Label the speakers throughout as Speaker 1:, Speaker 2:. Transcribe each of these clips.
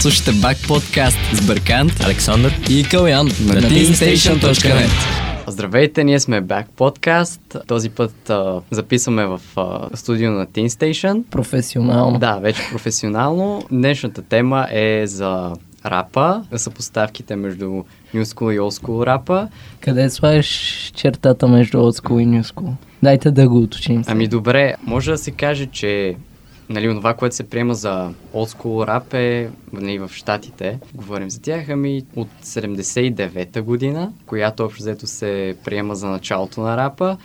Speaker 1: Слушате Бак подкаст с Бъркант
Speaker 2: Александър.
Speaker 1: и Калян на teamstation.net.
Speaker 3: Здравейте, ние сме Back Podcast. Този път а, записваме в а, студио на Teen Station.
Speaker 4: професионално.
Speaker 3: Да, вече професионално. Днешната тема е за рапа, съпоставките между New School и Old School рапа.
Speaker 4: Къде слагаш чертата между old school и new school? Дайте да го уточним.
Speaker 3: Ами добре, може да се каже, че нали, онова, което се приема за Old School рап е нали, в Штатите. Говорим за тях, ами от 79-та година, която общо взето се приема за началото на рапа,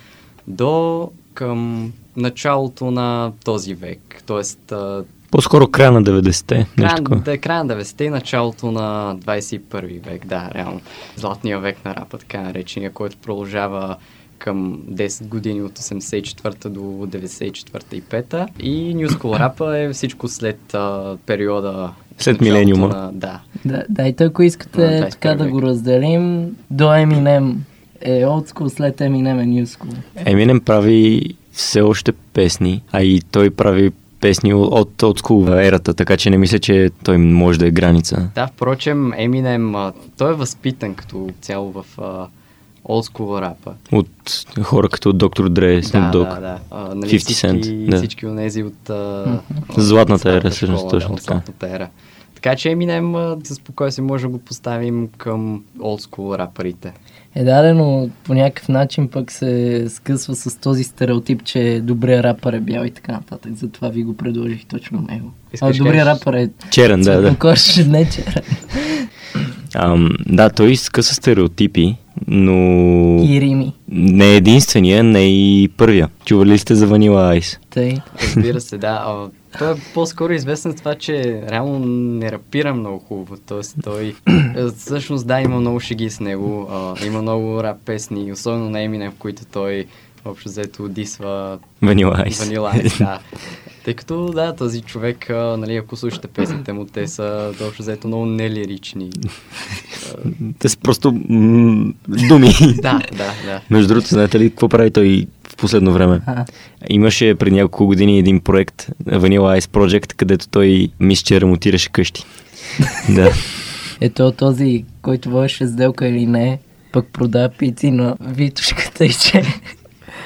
Speaker 3: до към началото на този век. Тоест, а,
Speaker 2: По-скоро края на 90-те. Нещо
Speaker 3: края,
Speaker 2: такова.
Speaker 3: да, края на 90-те и началото на 21 век, да, реално. Златния век на рапа, така наречения, който продължава към 10 години от 84-та до 94-та и 5-та. И New School рапа е всичко след а, периода...
Speaker 2: След
Speaker 3: в началото
Speaker 2: милениума.
Speaker 3: На, да,
Speaker 4: Да, дайте, ако
Speaker 3: На
Speaker 4: искате
Speaker 3: 21
Speaker 4: така да
Speaker 3: век.
Speaker 4: го разделим, до Eminem е old school, след Eminem е new school.
Speaker 2: Еминем прави все още песни, а и той прави песни от, от school ерата, така че не мисля, че той може да е граница.
Speaker 3: Да, впрочем, Eminem, а, той е възпитан като цяло в а, олдскула рапа.
Speaker 2: От хора като Доктор Дре, Snoop
Speaker 3: да,
Speaker 2: Dog.
Speaker 3: да, да. А, нали,
Speaker 2: 50
Speaker 3: всички,
Speaker 2: Cent, да.
Speaker 3: всички от тези от... А, от
Speaker 2: Златната ера,
Speaker 3: старата
Speaker 2: всъщност,
Speaker 3: школа,
Speaker 2: точно
Speaker 3: да, от
Speaker 2: така.
Speaker 3: Златната ера. Така че Eminem а, със спокойствие може да го поставим към олдскул рапарите.
Speaker 4: Е да, но по някакъв начин пък се скъсва с този стереотип, че добрият рапър е бял и така нататък. Затова ви го предложих точно него.
Speaker 3: Искаш
Speaker 4: А
Speaker 3: да
Speaker 4: добрият
Speaker 3: кажеш?
Speaker 4: рапър е
Speaker 2: Черен, да, да.
Speaker 4: цветнокож, не черен.
Speaker 2: Ам, да, той скъса стереотипи, но
Speaker 4: И рими.
Speaker 2: не е единствения, не е и първия. Чували ли сте за Ванила Айс?
Speaker 4: Тъй.
Speaker 3: Разбира се, да. А, той е по-скоро известен с това, че реално не рапира много хубаво. Тоест, той е, всъщност да, има много шеги с него. А, има много рап песни, особено на Eminem, в които той общо взето дисва
Speaker 2: Ванила Айс.
Speaker 3: Ванила Айс, да. Тъй като, да, този човек, а, нали, ако слушате песните му, те са общо взето много нелирични.
Speaker 2: Те са просто м- думи.
Speaker 3: Да, да, да.
Speaker 2: Между другото, знаете ли какво прави той в последно време?
Speaker 4: А.
Speaker 2: Имаше преди няколко години един проект, Vanilla Ice Project, където той мисля, че ремонтираше къщи. да.
Speaker 4: Ето този, който водеше сделка или не, пък продава пици на Витушката и че...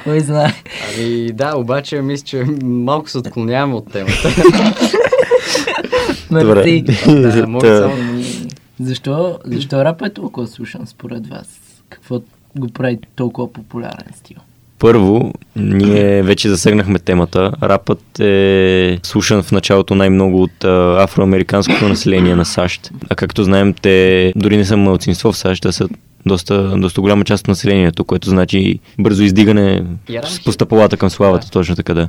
Speaker 4: Кой знае?
Speaker 3: Ами, да, обаче мисля, че малко се отклоняваме от темата.
Speaker 4: Мерси.
Speaker 3: Да, мога
Speaker 2: Та,
Speaker 3: само...
Speaker 4: Защо, защо рапът е толкова слушан според вас? Какво го прави толкова популярен стил?
Speaker 2: Първо, ние вече засегнахме темата. Рапът е слушан в началото най-много от а, афроамериканското население на САЩ. А както знаем, те дори не са малцинство в САЩ, а са доста, доста голяма част от населението, което значи бързо издигане с
Speaker 3: Йерархия.
Speaker 2: постъпалата към славата,
Speaker 3: Да.
Speaker 2: точно така да.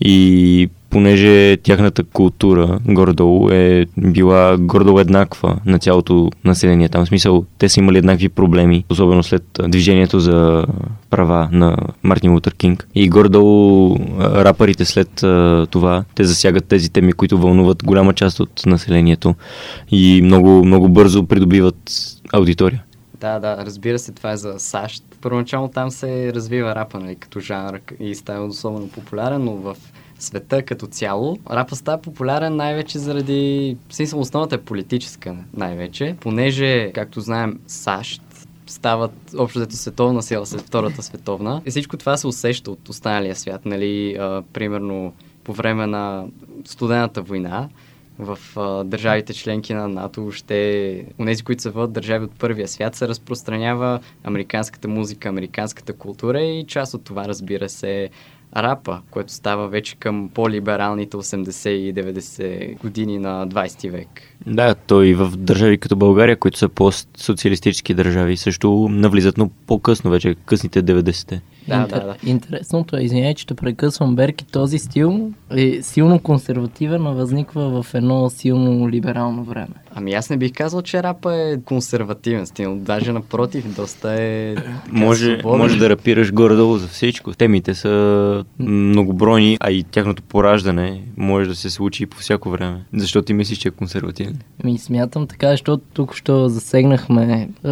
Speaker 2: И понеже тяхната култура гордо е била гордо еднаква на цялото население там. В смисъл, те са имали еднакви проблеми, особено след а, движението за права на Мартин Лутер Кинг. И гордо рапарите след а, това, те засягат тези теми, които вълнуват голяма част от населението и много, много бързо придобиват аудитория.
Speaker 3: Да, да, разбира се, това е за САЩ. Първоначално там се развива рапа, нали, като жанр и става особено популярен, но в света като цяло. Рапа става популярен най-вече заради... в Смисъл, основата е политическа най-вече, понеже, както знаем, САЩ стават общо взето световна сила след Втората световна. И всичко това се усеща от останалия свят, нали, а, примерно по време на студената война, в а, държавите членки на НАТО, ще унези, които са в държави от първия свят, се разпространява американската музика, американската култура и част от това, разбира се, е рапа, което става вече към по-либералните 80 и 90 години на 20 век.
Speaker 2: Да, то и в държави като България, които са пост-социалистически държави, също навлизат, но по-късно вече, късните 90-те.
Speaker 3: Да, да, да.
Speaker 4: Интересното е, извинявай, че те прекъсвам Берки, този стил е силно консервативен, но възниква в едно силно либерално време.
Speaker 3: Ами аз не бих казал, че рапа е консервативен стил, даже напротив, доста е... така
Speaker 2: Може,
Speaker 3: свободен.
Speaker 2: може да рапираш горе-долу за всичко. Темите са многобройни, а и тяхното пораждане може да се случи по всяко време. Защо ти мислиш, че е консервативен?
Speaker 4: Ми смятам така, защото тук що засегнахме е,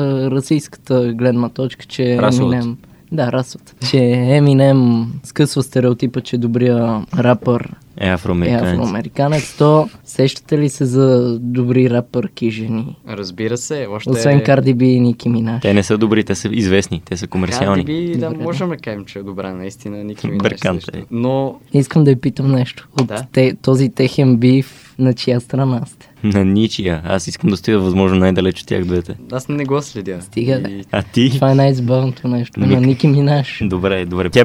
Speaker 4: расийската гледна точка, че е
Speaker 2: Расовата.
Speaker 4: Eminem... Да, расовата. Че Eminem скъсва стереотипа, че добрия рапър
Speaker 2: Е,
Speaker 4: е
Speaker 2: афроамериканец.
Speaker 4: афроамериканец, то сещате ли се за добри рапърки жени?
Speaker 3: Разбира се, още...
Speaker 4: Освен Карди Би и Ники Минаж.
Speaker 2: Те не са добри, те са известни, те са комерциални.
Speaker 3: Би, да,
Speaker 4: Добре, да.
Speaker 3: можем да кажем, че е добра, наистина, никой ми
Speaker 2: Бърканта е.
Speaker 3: Но
Speaker 4: Искам да я питам нещо. От
Speaker 3: Да.
Speaker 4: те, този техен биф, на чия страна сте?
Speaker 2: На ничия. Аз искам да стоя възможно най-далеч от тях двете.
Speaker 3: аз не го следя.
Speaker 4: Стига, да.
Speaker 3: И
Speaker 2: А ти?
Speaker 4: Това е най-избавното нещо. На
Speaker 2: Ник-
Speaker 4: Ники Минаж.
Speaker 2: Добре, добре. Тя е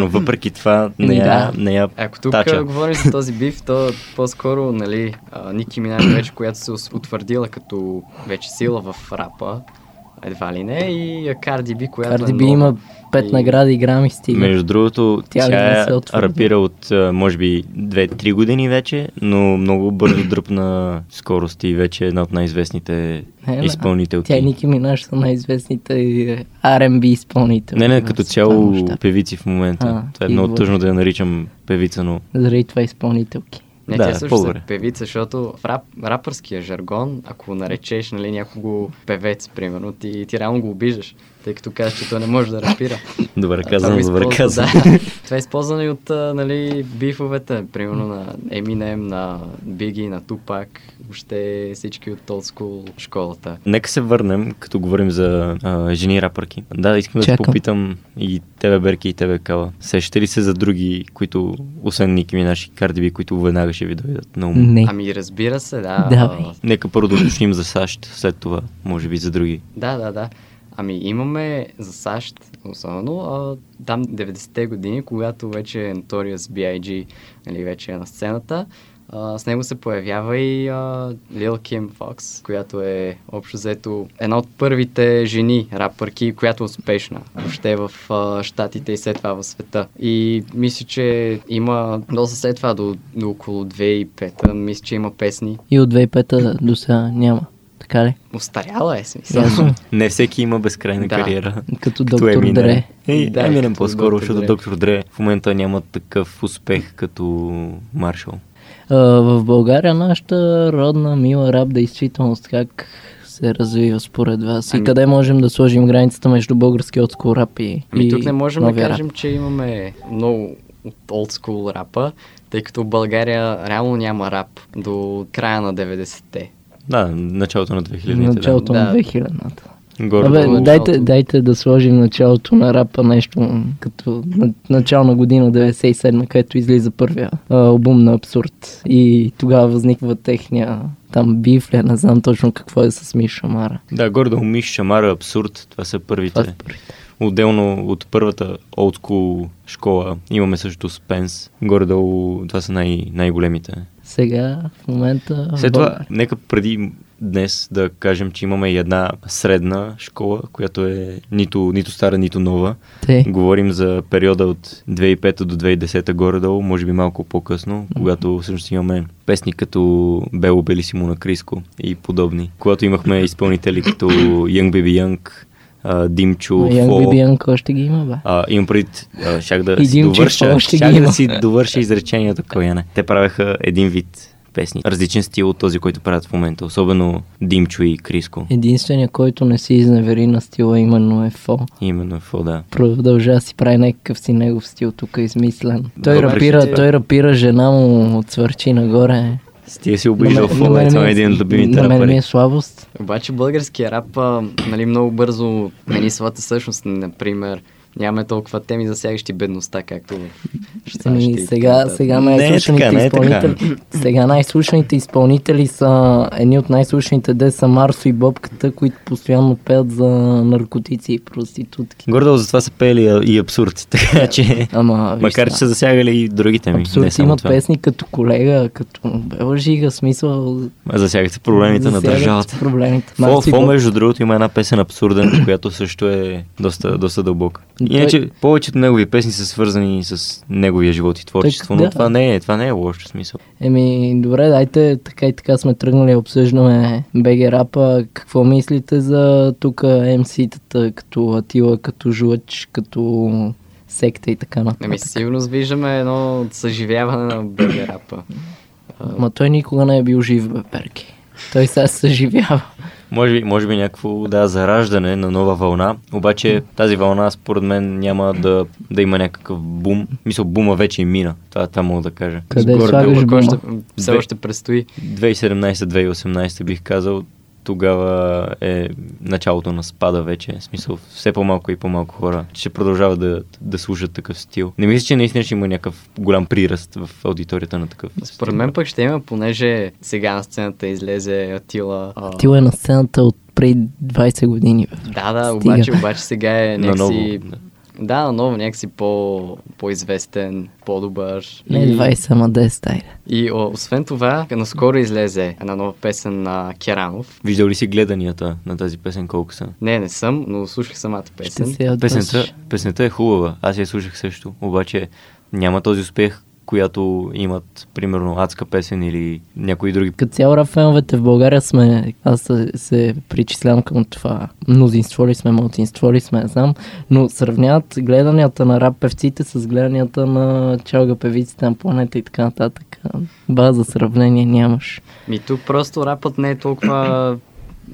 Speaker 2: но въпреки това не я,
Speaker 4: Да.
Speaker 2: не я
Speaker 3: Ако тук
Speaker 2: тача.
Speaker 3: Тача. говорим за този биф, то по-скоро, нали, а, Ники Минаж вече, която се ус- утвърдила като вече сила в рапа, едва ли не, и а, Карди Би, която
Speaker 4: Карди
Speaker 3: е
Speaker 4: Би
Speaker 3: нова.
Speaker 4: има пет
Speaker 3: И-
Speaker 4: награди, грами стига.
Speaker 2: Между другото,
Speaker 4: Тя
Speaker 2: тя,
Speaker 4: не
Speaker 2: тя
Speaker 4: се отвърди.
Speaker 2: рапира от а, може би 2-3 години вече, но много бързо дръпна скорост и вече е една от най-известните
Speaker 4: Не, не.
Speaker 2: изпълнителки.
Speaker 4: Тя и Ники Минаж са най-известните е, R&B изпълнители.
Speaker 2: Не, не,
Speaker 4: в
Speaker 2: като
Speaker 4: световен
Speaker 2: цяло
Speaker 4: мащаб.
Speaker 2: певици в момента.
Speaker 4: А,
Speaker 2: Това е много
Speaker 4: идва.
Speaker 2: тъжно да я наричам певица, но
Speaker 4: Заради това изпълнителки.
Speaker 3: Не,
Speaker 2: Да,
Speaker 3: тя също е
Speaker 2: по-добре.
Speaker 3: певица, защото в рап, рапърския жаргон, ако наречеш нали, някого певец, примерно, ти, ти реално го обиждаш, тъй като кажеш, че той не може да рапира.
Speaker 2: добре
Speaker 3: А,
Speaker 2: казано,
Speaker 3: това го
Speaker 2: добре
Speaker 3: използва-
Speaker 2: казано.
Speaker 3: Да, това е използвано и от а, нали, бифовете, примерно на Eminem, на Biggie, на Tupac, въобще всички от Old School школата.
Speaker 2: Нека се върнем, като говорим за а, жени рапърки. Да, искам да те
Speaker 4: Чакам.
Speaker 2: попитам и тебе, Берки, и тебе, Кала. Сещате ли се за други, които, освен Ники Минаш и Карди Би, които веднага ще ви дойдат на ум?
Speaker 4: Не.
Speaker 3: Ами разбира се, да.
Speaker 4: Е. Давай.
Speaker 3: а,
Speaker 2: Нека първо да уточним за САЩ, след това, може би, за други.
Speaker 3: Да, да, да. Ами имаме за САЩ, особено а, там 90-те години, когато вече е Notorious B.I.G. Нали, вече е на сцената. А, с него се появява и а, Lil Kim Fox, която е общо взето една от първите жени рапърки, която е успешна въобще в а, Штатите и след това в света. И мисля, че има доста след това до, до около 2005 мисля, че има песни.
Speaker 4: И от 2005 до сега няма. Така ли?
Speaker 3: Остаряла е смисъл.
Speaker 4: Ясно.
Speaker 2: Не всеки има безкрайна
Speaker 3: Да.
Speaker 2: кариера.
Speaker 4: Като доктор
Speaker 2: Eminem.
Speaker 4: Дре.
Speaker 2: Ей,
Speaker 3: Да,
Speaker 2: да, Еминем
Speaker 3: като
Speaker 2: по-скоро,
Speaker 3: доктор
Speaker 2: защото
Speaker 3: Дре.
Speaker 2: доктор Дре в момента няма такъв успех като Маршал.
Speaker 4: А, в България нашата родна мила рап действителност как се развива според вас? И
Speaker 3: Ами-
Speaker 4: къде можем да сложим границата между българския отскул рап и
Speaker 3: Ами
Speaker 4: и
Speaker 3: тук не можем да
Speaker 4: новия рап?
Speaker 3: кажем, че имаме много от old school рапа, тъй като в България реално няма рап до края на 90-те.
Speaker 2: Да, началото на 2000-те.
Speaker 4: Началото
Speaker 3: да.
Speaker 4: на
Speaker 3: Да.
Speaker 4: 2000-та.
Speaker 2: Да. Горе,
Speaker 4: Абе,
Speaker 2: долу.
Speaker 3: началото.
Speaker 4: дайте, дайте да сложим началото на рапа нещо м, като на- начална година 97, където излиза първия а, албум на Абсурд. И тогава възниква техния там бифля, не знам точно какво е с Миша Мара.
Speaker 2: Да, Гордо Миш, Шамара, Абсурд, това са първите.
Speaker 4: Това са първите.
Speaker 2: Отделно от първата old school школа имаме също Спенс. Гордо, това са най- най-големите.
Speaker 4: Сега, в момента... в
Speaker 2: След това,
Speaker 4: България.
Speaker 2: нека преди днес да кажем, че имаме и една средна школа, която е нито, нито стара, нито нова.
Speaker 4: Те.
Speaker 2: Говорим за периода от 2005 до 2010 горе-долу, може би малко по-късно, когато всъщност имаме песни като Бело Бели Симона Криско и подобни. Когато имахме изпълнители като Young Baby Young, а, Димчо,
Speaker 4: Янг
Speaker 2: Фо,
Speaker 4: Бибиянко още ги има, бе.
Speaker 2: а, имам пред, а, щях да
Speaker 4: И
Speaker 2: си
Speaker 4: Димчев
Speaker 2: довърша,
Speaker 4: още ги
Speaker 2: щях
Speaker 4: има.
Speaker 2: да си довърша изречението, Кояне. Те правеха един вид песни, различен стил от този, който правят в момента, особено Димчо и Криско.
Speaker 4: Е. Единственият, който не си изневери на стила, именно е Фо.
Speaker 2: Именно Фо, да.
Speaker 4: Продължава да си прави някакъв си негов стил, тук е измислен. Той,
Speaker 2: Въпреки
Speaker 4: рапира,
Speaker 2: това.
Speaker 4: той рапира жена му от свърчи нагоре.
Speaker 2: С Ти си
Speaker 4: На
Speaker 2: обиждал
Speaker 4: мен-
Speaker 2: Фо,
Speaker 4: на
Speaker 2: е
Speaker 4: мен
Speaker 2: това
Speaker 4: ми
Speaker 2: е един от любимите
Speaker 4: На мен ми е
Speaker 2: рапъри.
Speaker 4: слабост.
Speaker 3: Обаче българския рап а, нали, много бързо мени своята същност, например. Нямаме толкова теми, засягащи бедността, както в САЩ и
Speaker 4: Ами,
Speaker 3: така
Speaker 4: сега,
Speaker 3: нататък.
Speaker 4: сега
Speaker 2: Не е
Speaker 4: най-слушаните
Speaker 2: така, не е така.
Speaker 4: изпълнители. Сега най-слушаните изпълнители са едни от най-слушаните де са Марсо и Бобката, които постоянно пеят за наркотици и проститутки.
Speaker 2: Гордо за това са пели а, и абсурд, така че...
Speaker 4: Ама, виж
Speaker 2: Макар че
Speaker 4: сега.
Speaker 2: са засягали и другите ми. не
Speaker 4: Абсурд
Speaker 2: само
Speaker 4: има
Speaker 2: това.
Speaker 4: песни като колега, като Бела Жига, смисъл...
Speaker 2: Засягат се проблемите на
Speaker 4: засягат
Speaker 2: държавата.
Speaker 4: Проблемите.
Speaker 2: Фо,
Speaker 4: Марси
Speaker 2: Фо,
Speaker 4: Боб-
Speaker 2: между другото, има една песен абсурден, която също е доста, доста дълбока.
Speaker 4: Но той-
Speaker 2: Иначе, повечето негови песни са свързани с неговия живот и творчество,
Speaker 4: да.
Speaker 2: но това не е, това не е лошо смисъл.
Speaker 4: Еми, добре, дайте, така и така сме тръгнали, обсъждаме БГ Рапа. Какво мислите за тук МС-тата, като Атила, като Жлъч, като секта и така
Speaker 3: Ами
Speaker 4: нататък?
Speaker 3: със сигурност виждаме едно съживяване на бъде рапа.
Speaker 4: Ма той никога не е бил жив, бе, Перки. Той сега се съживява.
Speaker 2: Може би, може би някакво да, зараждане на нова вълна, обаче тази вълна според мен няма да, да има някакъв бум. Мисъл, бума вече и мина. Това, това мога да кажа.
Speaker 4: Къде
Speaker 3: Горе-долу,
Speaker 4: слагаш
Speaker 3: ако
Speaker 4: бума?
Speaker 3: още- Все
Speaker 2: Две-
Speaker 3: още предстои.
Speaker 2: 2017-2018 бих казал, тогава е началото на спада вече. В смисъл, все по-малко и по-малко хора ще продължават да, да слушат такъв стил. Не мисля, че наистина ще има някакъв голям прираст в аудиторията на такъв
Speaker 3: Според мен пък ще има, понеже сега на сцената излезе Атила. а,
Speaker 4: Ти е на сцената от преди 20 години. бе.
Speaker 3: Да, да,
Speaker 4: Стига.
Speaker 3: обаче, обаче сега е
Speaker 2: Наново,
Speaker 3: някакси...
Speaker 2: да.
Speaker 3: Да, наново някакси по, по-известен, по-добър.
Speaker 4: Не
Speaker 3: И-
Speaker 4: 20, ама 10, айде.
Speaker 3: И о, освен това, наскоро излезе една нова песен на Керанов.
Speaker 2: Виждал ли си гледанията на тази песен колко са?
Speaker 3: Не, не съм, но слушах самата
Speaker 4: Ще
Speaker 3: песен.
Speaker 4: се я
Speaker 2: Песента, песента е хубава, аз я слушах също, обаче няма този успех, която имат, примерно, адска песен или някои други.
Speaker 4: Като цяло рап феновете в България сме, аз се, се причислявам към това, мнозинство ли сме, малцинство ли сме, не знам, но сравняват гледанията на рап певците с гледанията на чалга певиците на планета и така нататък. База сравнение нямаш.
Speaker 3: Ми тук просто рапът не е толкова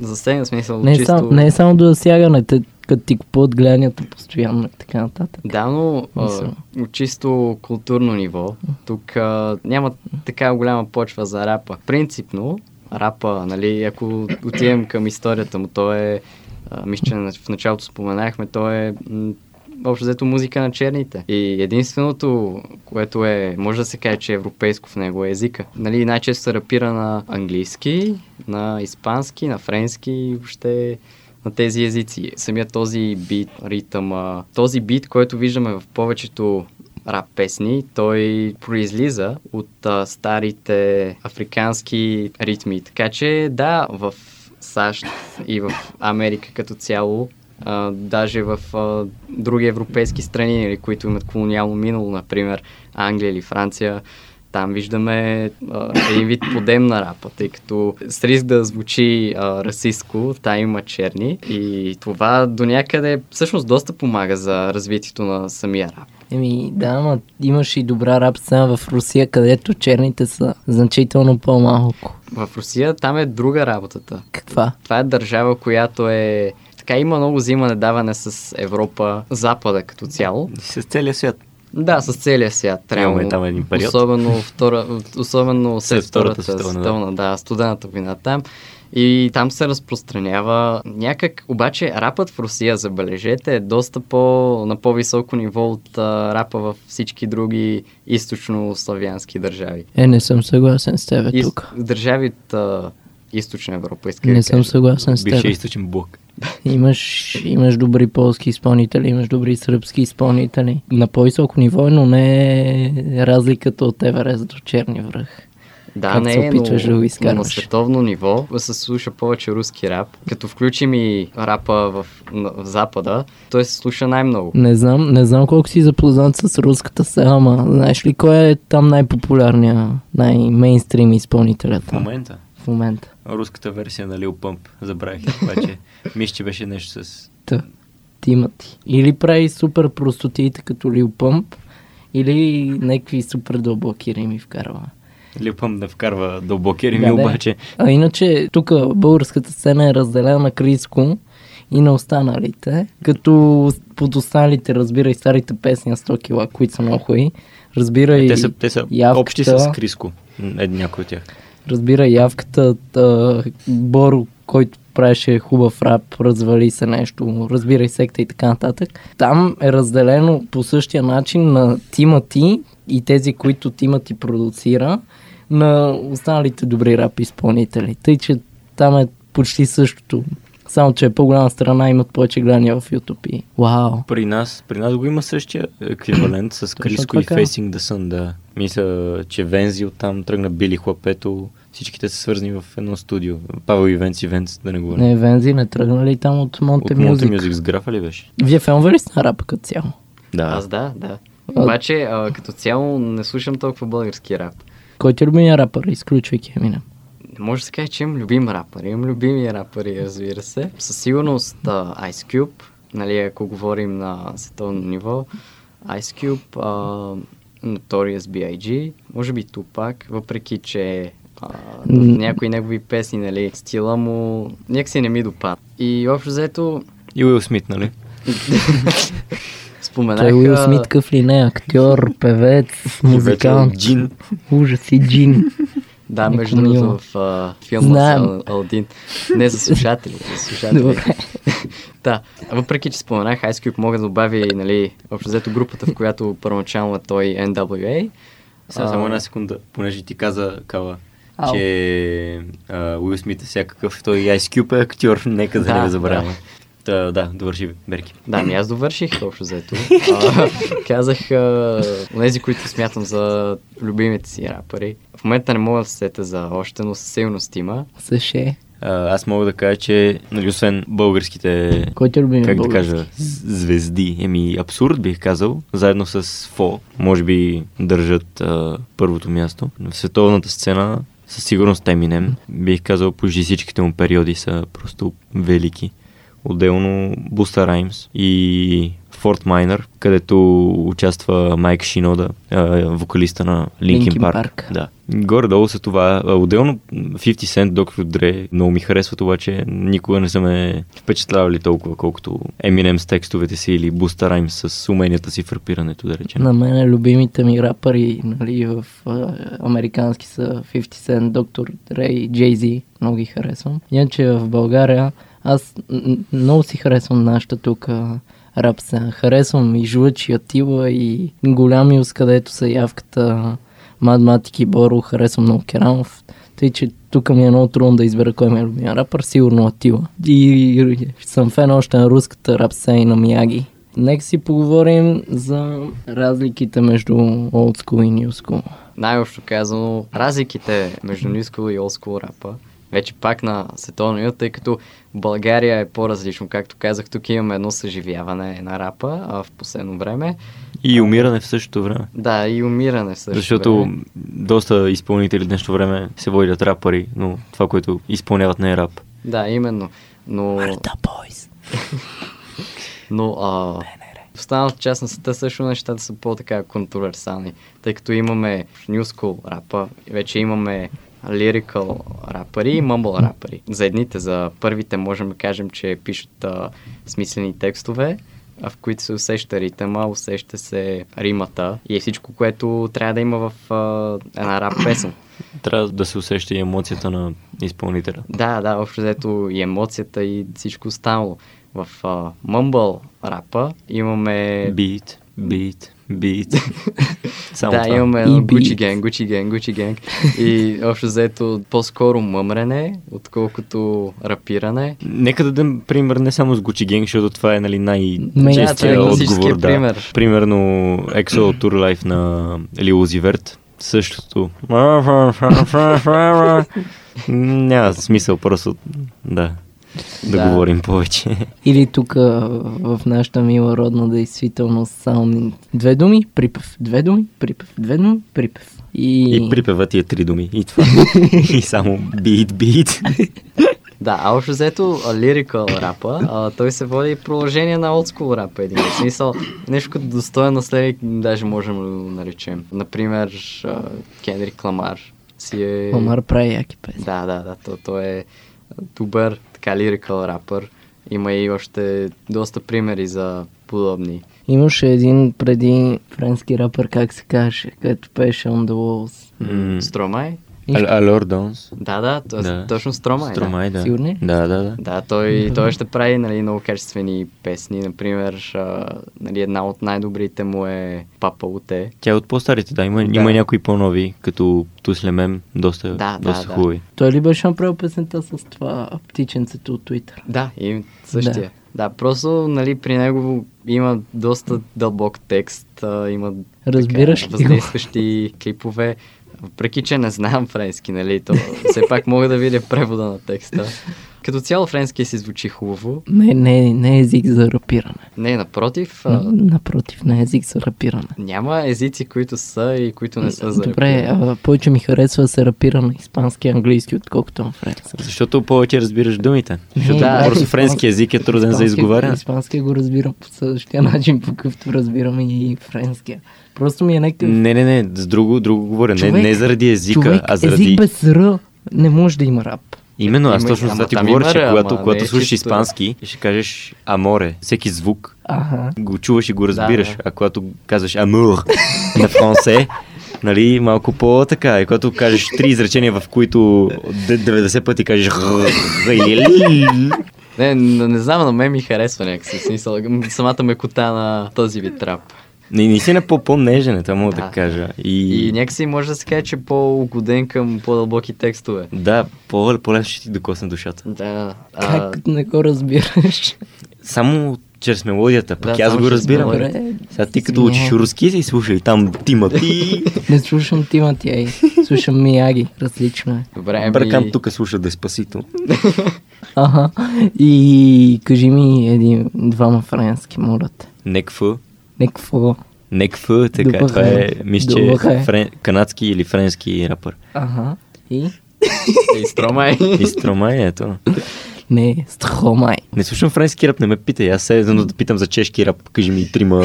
Speaker 3: засегнат, в смисъл
Speaker 4: Не е,
Speaker 3: чисто...
Speaker 4: сам, не е само до засягане, те като ти купуват гледанията постоянно и така нататък.
Speaker 3: Да, но а,
Speaker 4: Мисъл.
Speaker 3: от чисто културно ниво, тук а, няма така голяма почва за рапа. Принципно, рапа, нали, ако отидем към историята му, то е, а, мисля, че на- в началото споменахме, то е м, общо взето музика на черните. И единственото, което е, може да се каже, че е европейско в него е езика. Нали, най-често се рапира на английски, на испански, на френски и въобще на тези езици. Самия този бит, ритъма, този бит, който виждаме в повечето рап песни, той произлиза от а, старите африкански ритми. Така че да, в САЩ и в Америка като цяло, а, даже в а, други европейски страни, нали, които имат колониално минало, например Англия или Франция, там виждаме а, един вид подем на рапа, тъй като с риск да звучи а, расистко, та има черни и това до някъде всъщност доста помага за развитието на самия рап.
Speaker 4: Еми, да, ама имаш и добра рап сцена в Русия, където черните са значително по-малко.
Speaker 3: В Русия там е друга работата.
Speaker 4: Каква?
Speaker 3: Това е държава, която е... Така има много взимане даване с Европа, Запада като цяло.
Speaker 2: С целия свят.
Speaker 3: Да, с целия свят. Трябва
Speaker 2: Имаме там един период.
Speaker 3: Особено, втора, особено след,
Speaker 2: След Втората
Speaker 3: втората,
Speaker 2: световна,
Speaker 3: световна,
Speaker 2: да.
Speaker 3: да, студената война там. И там се разпространява някак, обаче рапът в Русия, забележете, е доста по, на по-високо ниво от а, рапа във всички други източнославянски държави.
Speaker 4: Е, не съм съгласен с тебе
Speaker 3: Из,
Speaker 4: тук.
Speaker 3: държави от а, източна Европа, иска
Speaker 4: Не
Speaker 3: да
Speaker 4: съм
Speaker 3: кажа.
Speaker 4: съгласен с
Speaker 2: Бившия
Speaker 4: теб.
Speaker 2: източен блок.
Speaker 4: Имаш, имаш добри полски изпълнители, имаш добри сръбски изпълнители. На по-високо ниво, е, но не е разликата от Еверест до Черни връх.
Speaker 3: Да,
Speaker 4: Как
Speaker 3: не, е,
Speaker 4: се опитваш
Speaker 3: но,
Speaker 4: да го
Speaker 3: но на
Speaker 4: изкараш?
Speaker 3: световно ниво се слуша повече руски рап. Като включим и рапа в, на- в Запада, той се слуша най-много.
Speaker 4: Не знам, не знам колко си запознат с руската сцена, ама знаеш ли кой е там най-популярният, най-мейнстрим изпълнителят
Speaker 2: В
Speaker 4: там
Speaker 2: момента
Speaker 4: в момента?
Speaker 2: руската версия на Lil Pump забравих, обаче мисля, че беше нещо с...
Speaker 4: Та, Тимати. Или прави супер простотиите като Лил Пъмп, или някакви супер дълбоки рими вкарва.
Speaker 2: Lil Pump да вкарва дълбоки
Speaker 4: Да,
Speaker 2: рими,
Speaker 4: да.
Speaker 2: обаче
Speaker 4: А иначе тук българската сцена е разделена на критско и на останалите. Като под останалите разбира и старите песни на 100 кила, които са много хубави. Разбира и
Speaker 2: Е, те са, те са
Speaker 4: явката,
Speaker 2: общи с Криско. М, Е, някой от тях.
Speaker 4: Разбира явката, та, Боро, който правеше хубав рап, развали се нещо, разбира и секта и така нататък. Там е разделено по същия начин на Тимати и тези, които Тимати продуцира, на останалите добри рап изпълнители. Тъй, че там е почти същото. Само, че е по-голяма страна, имат повече гледания в YouTube и... Вау!
Speaker 2: При нас, при нас го има същия еквивалент с Криско и
Speaker 4: така.
Speaker 2: Facing the Sun, да. Мисля, че Вензи оттам тръгна Били Хлапето, всичките са свързани в едно студио. Павел и Венци Венц, да не говорим.
Speaker 4: Не, Вензи не тръгна ли там от
Speaker 2: от
Speaker 4: Монте
Speaker 2: Monte
Speaker 4: Мюзик?
Speaker 2: Music с графа ли беше?
Speaker 4: Вие фенове ли сте на рапа като цяло?
Speaker 2: Да.
Speaker 3: Аз да, да. Обаче, а, като цяло не слушам толкова български рап.
Speaker 4: Кой ти е любимия рапър, изключвайки Емина?
Speaker 3: Не може да се каже, че имам любим рапър. Имам любими рапъри, разбира се. Със сигурност а, Ice Cube, нали, ако говорим на световно ниво, Ice Cube, а, Notorious B.I.G., може би Tupac, въпреки че а, в някои негови песни, нали, стила му някакси не ми допада. И общо взето
Speaker 2: И Уил Смит, нали?
Speaker 3: споменах...
Speaker 4: Той е Уил
Speaker 3: а,
Speaker 4: Смит какъв ли не, актьор, певец, музикант.
Speaker 2: Джин.
Speaker 4: Ужас и джин.
Speaker 3: Да,
Speaker 4: Нико
Speaker 3: между другото
Speaker 4: Мила.
Speaker 3: в а, филма
Speaker 4: Знаем.
Speaker 3: с Ал- Алдин. Не за слушатели, за слушатели.
Speaker 4: Добре.
Speaker 3: да, въпреки че споменах, Ice Cube мога да добави, нали, общо взето групата, в която първоначално е той NWA.
Speaker 2: Сега само една секунда, понеже ти каза, Кава,
Speaker 4: Ау.
Speaker 2: че а, Уил Смит е всякакъв, той и Ice Cube е актьор, нека да,
Speaker 3: Да,
Speaker 2: не го забравяме. Да, да, довърши, Берки.
Speaker 3: Да, ми аз довърших общо взето. А, казах а, тези, които смятам за любимите си рапъри. В момента не мога да се сета за още, но със сигурност има.
Speaker 4: Съше.
Speaker 2: А, аз мога да кажа, че нали, освен българските
Speaker 4: Кой ти е любим
Speaker 2: как да кажа, з- звезди, еми абсурд бих казал, заедно с Фо, може би държат а, първото място. В световната сцена със сигурност Eminem, бих казал, почти всичките му периоди са просто велики. Отделно Буста Раймс и Форт Майнер, където участва Майк Шинода, а, вокалиста на Линкин
Speaker 4: Linkin
Speaker 2: Парк.
Speaker 4: Park.
Speaker 2: Да. Горе-долу са това. А, Отделно 50 Cent, Доктор Дре, много ми харесват, обаче никога не са ме впечатлявали толкова, колкото Eminem с текстовете си или Буста Райм с уменията си в рапирането, да речем.
Speaker 4: На мен любимите ми рапъри нали, в а, американски са 50 Cent, Доктор Dre и Jay-Z. Много ги харесвам. Иначе в България аз м- м- много си харесвам нашата тук а, рап сцена. Харесвам и Жлъч, и Атила, и Голямиус, където са явката Мадматик и Боро. Харесвам много Керамов. Тъй, че тук ми е много трудно да избера кой ми е любим рапър. Сигурно Атила. И, и съм фен още на руската рап сцена и на Мияги. Нека си поговорим за разликите между old school и new school.
Speaker 3: най-общо казано, разликите между ниско и олско рапа, вече пак на световно ниво, тъй като България е по-различно. Както казах, тук имаме едно съживяване на рапа а в последно време.
Speaker 2: И умиране в същото време.
Speaker 3: Да, и умиране също.
Speaker 2: Защото доста изпълнители в днешно време се водят рапъри, но това, което изпълняват не е рап.
Speaker 3: Да, именно. Но...
Speaker 4: Да, бойс.
Speaker 3: Но а, в останалата част на света също нещата са по-така контроверсални, тъй като имаме New School рапа, вече имаме лирикал рапъри и мъмбъл рапъри. За едните, за първите можем да кажем, че пишат а, смислени текстове, а в които се усеща ритъма, усеща се римата и е всичко, което трябва да има в а, една рап песен.
Speaker 2: Трябва да се усеща и емоцията на изпълнителя.
Speaker 3: Да, да, общо взето и емоцията и всичко останало. В а, мъмбъл рапа имаме
Speaker 2: Бит, бит, бит. Само
Speaker 3: да,
Speaker 2: това.
Speaker 3: имаме едно
Speaker 4: И бит.
Speaker 3: Gucci Gang, Gucci Gang, Gucci Gang. И общо взето по-скоро мъмрене, отколкото рапиране.
Speaker 2: Нека да дадем пример не само с Gucci Gang, защото това е нали,
Speaker 4: Да, това е
Speaker 2: най-честият
Speaker 3: класическия
Speaker 2: отговор. Да.
Speaker 3: пример.
Speaker 2: Примерно EXO Tour Life на Лил Зиверт. Същото. Няма смисъл просто да, да,
Speaker 3: Да.
Speaker 2: говорим повече.
Speaker 4: Или тук а, в нашата мила родна действителност само две думи, припев, две думи, припев, две думи, припев. И,
Speaker 2: И припева тия три думи. И това. И само бит, бит.
Speaker 3: Да, а общо взето лирикал рапа, а, той се води и продължение на олдскул рапа. Един в смисъл, нещо като достоен наследник, даже можем да го наречем. Например, а, Кендрик Ламар си е...
Speaker 4: Омар прави яки песни.
Speaker 3: Да, да, да. То, той е добър, така лирикал рапър. Има и още доста примери за подобни.
Speaker 4: Имаше един преди френски рапър, как се каже, където пеше On the Walls.
Speaker 3: Стромай?
Speaker 2: Алор Донс.
Speaker 3: Да, да, то, да.
Speaker 2: Да.
Speaker 3: точно Стромай.
Speaker 2: Стромай, да.
Speaker 4: Сигурни?
Speaker 2: Да, да, да.
Speaker 3: Да. Да, той, той ще прави нали, много качествени песни. Например, а, нали, една от най-добрите му е Папа Уте.
Speaker 2: Тя е от по-старите, да. Има,
Speaker 3: Да.
Speaker 2: има някои по-нови, като Туслемем, доста,
Speaker 3: Да, да,
Speaker 2: доста
Speaker 3: да.
Speaker 2: хубави.
Speaker 4: Той ли беше направил песента с това птиченцето от Twitter?
Speaker 3: Да, и същия. Да. да, просто нали, при него има доста дълбок текст, а, има
Speaker 4: Разбираш ли
Speaker 3: така,
Speaker 4: го?
Speaker 3: въздействащи клипове. Въпреки, че не знам френски, нали, то все пак мога да видя превода на текста. Като цяло френския си звучи хубаво.
Speaker 4: Не, не, не е език за рапиране.
Speaker 3: Не, напротив,
Speaker 4: А...
Speaker 3: а,
Speaker 4: Напротив, не е език за рапиране.
Speaker 3: няма езици, които са и които не са за
Speaker 4: Добре,
Speaker 3: репрезентация.
Speaker 4: а, повече ми харесва да се рапира на испански и английски, отколкото на френски.
Speaker 2: Защото повече разбираш думите.
Speaker 4: Защото
Speaker 3: да,
Speaker 2: Просто френски език е труден за изговаряне.
Speaker 4: Испанския го разбирам по същия начин, по какъвто разбирам и френския. Просто ми е някакъв...
Speaker 2: Не, не, не, с друго, друго говоря. Не,
Speaker 4: Човек-
Speaker 2: не заради езика,
Speaker 4: човек,
Speaker 2: а заради...
Speaker 4: език без Р не може да има рап.
Speaker 2: Именно, аз
Speaker 3: Има-
Speaker 2: точно за
Speaker 3: ама
Speaker 2: това ти
Speaker 3: там
Speaker 2: говоря,
Speaker 3: има
Speaker 2: че
Speaker 3: ре,
Speaker 2: когато,
Speaker 3: ама
Speaker 2: когато
Speaker 3: не е
Speaker 2: слушаш
Speaker 3: чисто.
Speaker 2: испански, ще кажеш аморе, всеки звук.
Speaker 4: Ага.
Speaker 2: Го чуваш и го разбираш.
Speaker 3: да.
Speaker 2: А когато казваш амур на франсе, нали, малко по-така. И когато кажеш три изречения, в които д- 90 пъти кажеш «Р» или «Л»,
Speaker 3: Не, не, не знам, на мен ми харесва някакси смисъл. м, Самата мекота на този вид рап.
Speaker 2: не, наистина по- по-нежен е, това мога да
Speaker 3: Да.
Speaker 2: кажа. И,
Speaker 3: И някакси може да се каже, че е по-угоден към по-дълбоки текстове.
Speaker 2: да, по- по-лесно ще ти докосне душата.
Speaker 3: Да. А,
Speaker 4: Как не го разбираш?
Speaker 2: Само чрез мелодията, пък
Speaker 3: Да,
Speaker 2: аз
Speaker 3: само
Speaker 2: го
Speaker 3: чрез
Speaker 2: разбирам.
Speaker 3: мелодията.
Speaker 4: Добре.
Speaker 2: Сега ти като учиш
Speaker 4: извинявай.
Speaker 2: руски, си слушай там Тима ти.
Speaker 4: Не слушам Тимати, ей. Слушам Мияги. Различно е.
Speaker 3: добре, ами...
Speaker 2: Бъркам тук слуша Деспасито.
Speaker 4: Ага. И кажи ми един, двама френски, моля те.
Speaker 2: Некфа.
Speaker 4: Некво.
Speaker 2: Некфа, така.
Speaker 4: Добър
Speaker 2: Това е,
Speaker 4: е.
Speaker 2: мисля, че
Speaker 4: Добър е.
Speaker 2: френ... канадски или френски рапър.
Speaker 4: Ага. И?
Speaker 3: И стромай.
Speaker 2: И Стромай е то.
Speaker 4: Не, Стрхомай.
Speaker 2: Не слушам френски рап, не ме питай. Аз се едно да питам за чешки рап. Кажи ми трима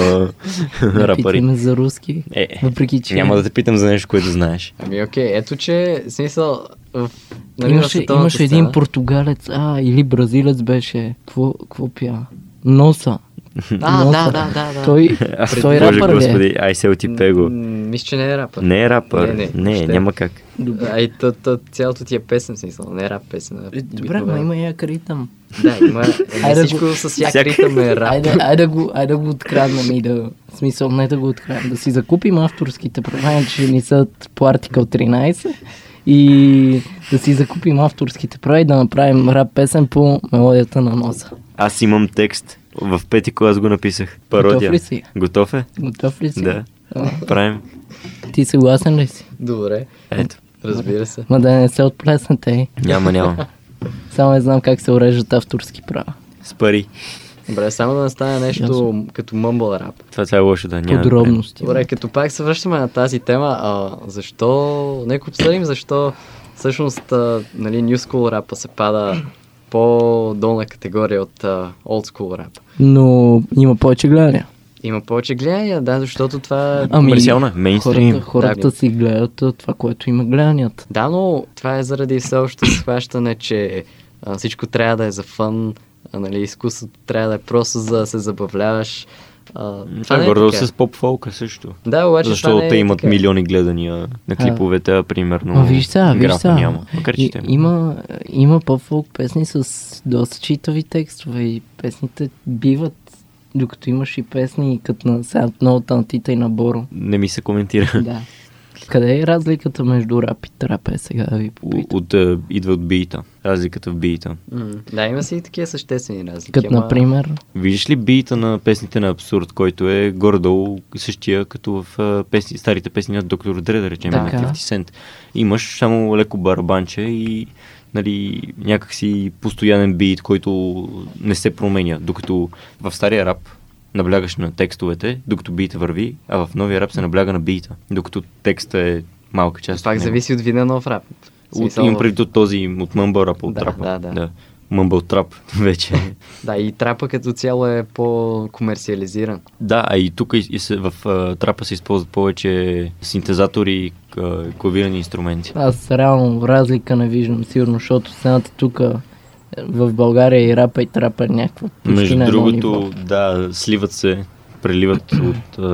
Speaker 2: рапъри.
Speaker 4: Питаме за руски.
Speaker 2: Е,
Speaker 4: Въпреки, че...
Speaker 2: няма да те питам за нещо, което знаеш.
Speaker 3: Ами окей, ето че, в смисъл... В, нали, на
Speaker 4: Имаше,
Speaker 3: световната
Speaker 4: имаше един
Speaker 3: сцена-
Speaker 4: португалец, а, или бразилец беше. Кво, кво пя? Носа.
Speaker 3: А,
Speaker 4: Носа.
Speaker 3: да, да, да, да.
Speaker 4: Той,
Speaker 2: Аз,
Speaker 4: той
Speaker 2: Боже,
Speaker 4: рапър ли е?
Speaker 2: господи, ай се оти пего.
Speaker 3: М, Мисля, че не е рапър.
Speaker 2: Не е рапър.
Speaker 3: Не,
Speaker 2: Не,
Speaker 3: не, въобще.
Speaker 2: няма как.
Speaker 3: А и то, то, цялото ти е песен, в смисъл, не е рап песен. а
Speaker 4: Е, Добре,
Speaker 3: обикновена.
Speaker 4: но има як ритъм.
Speaker 3: Да, има.
Speaker 4: Айде
Speaker 3: Айде
Speaker 4: да
Speaker 3: всичко
Speaker 4: го-
Speaker 3: с як
Speaker 2: Всяк-
Speaker 3: ритъм е рап.
Speaker 4: Айде, айде, го, айде го откраднем и да... В смисъл, не да го откраднем. Да си закупим авторските права, че ни са по артикъл 13 и да си закупим авторските права и да направим рап песен по мелодията на носа.
Speaker 2: Аз имам текст. В пети клас го написах. Пародия.
Speaker 4: Готов ли си?
Speaker 2: Готов е?
Speaker 4: Готов ли си?
Speaker 2: Да.
Speaker 4: А,
Speaker 2: Правим.
Speaker 4: ти съгласен ли си?
Speaker 3: Добре,
Speaker 2: Ето.
Speaker 3: разбира се.
Speaker 4: Ма да не се отплеснете, ей.
Speaker 2: Няма, няма.
Speaker 4: Само не знам как се уреждат авторски права.
Speaker 2: С пари.
Speaker 3: Добре, само да не стане нещо като мъмбъл рап.
Speaker 2: Това, това е лошо, да. Няма. да правим.
Speaker 4: Подробности.
Speaker 3: Добре, като пак се връщаме на тази тема, а, защо, нека обсъдим защо всъщност а, нали, New School рапа се пада по-долна категория от а, Old School рапа.
Speaker 4: Но има повече гледания. Ами,
Speaker 3: Има повече гледания, да, защото това... е-
Speaker 2: Комерциална, мейнстрим.
Speaker 4: Хората, хората
Speaker 3: Да.
Speaker 4: си гледат а, това, което има гледанията.
Speaker 3: Да, но това е заради всеобщо схващане, че а, всичко трябва да е за фън, а, нали, изкуството трябва да е просто за да се забавляваш. А, това
Speaker 2: Това
Speaker 3: не
Speaker 2: е
Speaker 3: е
Speaker 2: гордо
Speaker 3: така.
Speaker 2: с поп-фолка също.
Speaker 3: Да, обаче това
Speaker 2: Защото
Speaker 3: не е
Speaker 2: те имат
Speaker 3: така.
Speaker 2: милиони гледания на клиповете, а примерно.
Speaker 4: Ма виж сега, виж
Speaker 2: графа
Speaker 4: сега.
Speaker 2: няма. Макар, че
Speaker 4: И-
Speaker 2: те има.
Speaker 4: има, има поп-фолк песни с доста читави текстове и песните биват докато имаш и песни като на сега новата на Тита и на Боро.
Speaker 2: Не ми се коментира.
Speaker 4: Да. Къде е разликата между рап и трап е сега да ви
Speaker 2: У-
Speaker 4: попитам?
Speaker 2: От, е, идва от бита. Разликата в бита.
Speaker 3: М, Да, има си и такива съществени разлики.
Speaker 4: Като,
Speaker 3: ама-
Speaker 4: например,
Speaker 2: Виждаш ли бита на песните на Абсурд, който е горе-долу същия като в е, песни, старите песни на Доктор Дре, да речем, на
Speaker 4: Така.
Speaker 2: 50 Cent. Имаш само леко барабанче и нали, някакси постоянен бит, който не се променя, докато в стария рап наблягаш на текстовете, докато бита върви, а в новия рап се набляга на бита, докато текста е малка част.
Speaker 3: Пак
Speaker 2: от него.
Speaker 3: зависи от вида на нов рап. В
Speaker 2: От,
Speaker 3: смисъл-
Speaker 2: имам предвид от този, от мъмбъл рап, от
Speaker 3: Да,
Speaker 2: трапа.
Speaker 3: да, да.
Speaker 2: Мъмбъл трап вече. е.
Speaker 3: Да, и трапа като цяло е по-комерциализиран.
Speaker 2: Да, а и тук и- и се- в а, трапа се използват повече синтезатори и клавирани инструменти.
Speaker 4: Аз реално разлика не виждам, сигурно, защото цената тук е, в България и рапа и трапа е някаква. почти
Speaker 2: Между
Speaker 4: на едно
Speaker 2: другото,
Speaker 4: ниво.
Speaker 2: да, сливат се, преливат от а,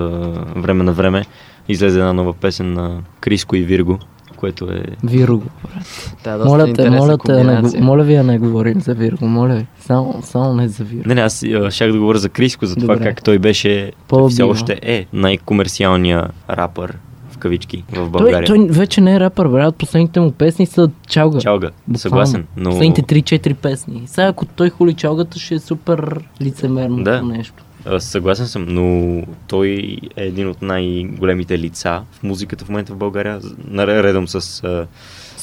Speaker 2: време на време. Излезе една нова песен на Криско и Вирго, което е...
Speaker 4: Вирго, брат.
Speaker 3: Та,
Speaker 4: Моля те,
Speaker 3: е интересна
Speaker 4: моля те, не, го-
Speaker 3: комбинация.
Speaker 4: моля ви да не говорим за Вирго, моля ви. Само, само не за Вирго.
Speaker 2: Не, не, аз а, щях да говоря за Криско, за това
Speaker 4: Добре.
Speaker 2: как той беше,
Speaker 4: По-бива.
Speaker 2: все още е най-комерциалния рапър, в кавички, в
Speaker 4: Той,
Speaker 2: България.
Speaker 4: той вече не е рапър, брат. Последните му песни са чалга.
Speaker 2: Чалга,
Speaker 4: Буквално.
Speaker 2: съгласен, но...
Speaker 4: Последните 3-4 песни. Сега ако той хули чалгата, ще е супер лицемерно
Speaker 2: Да.
Speaker 4: нещо.
Speaker 2: А, Съгласен съм, но той е един от най-големите лица в музиката в момента в България, наредом с а,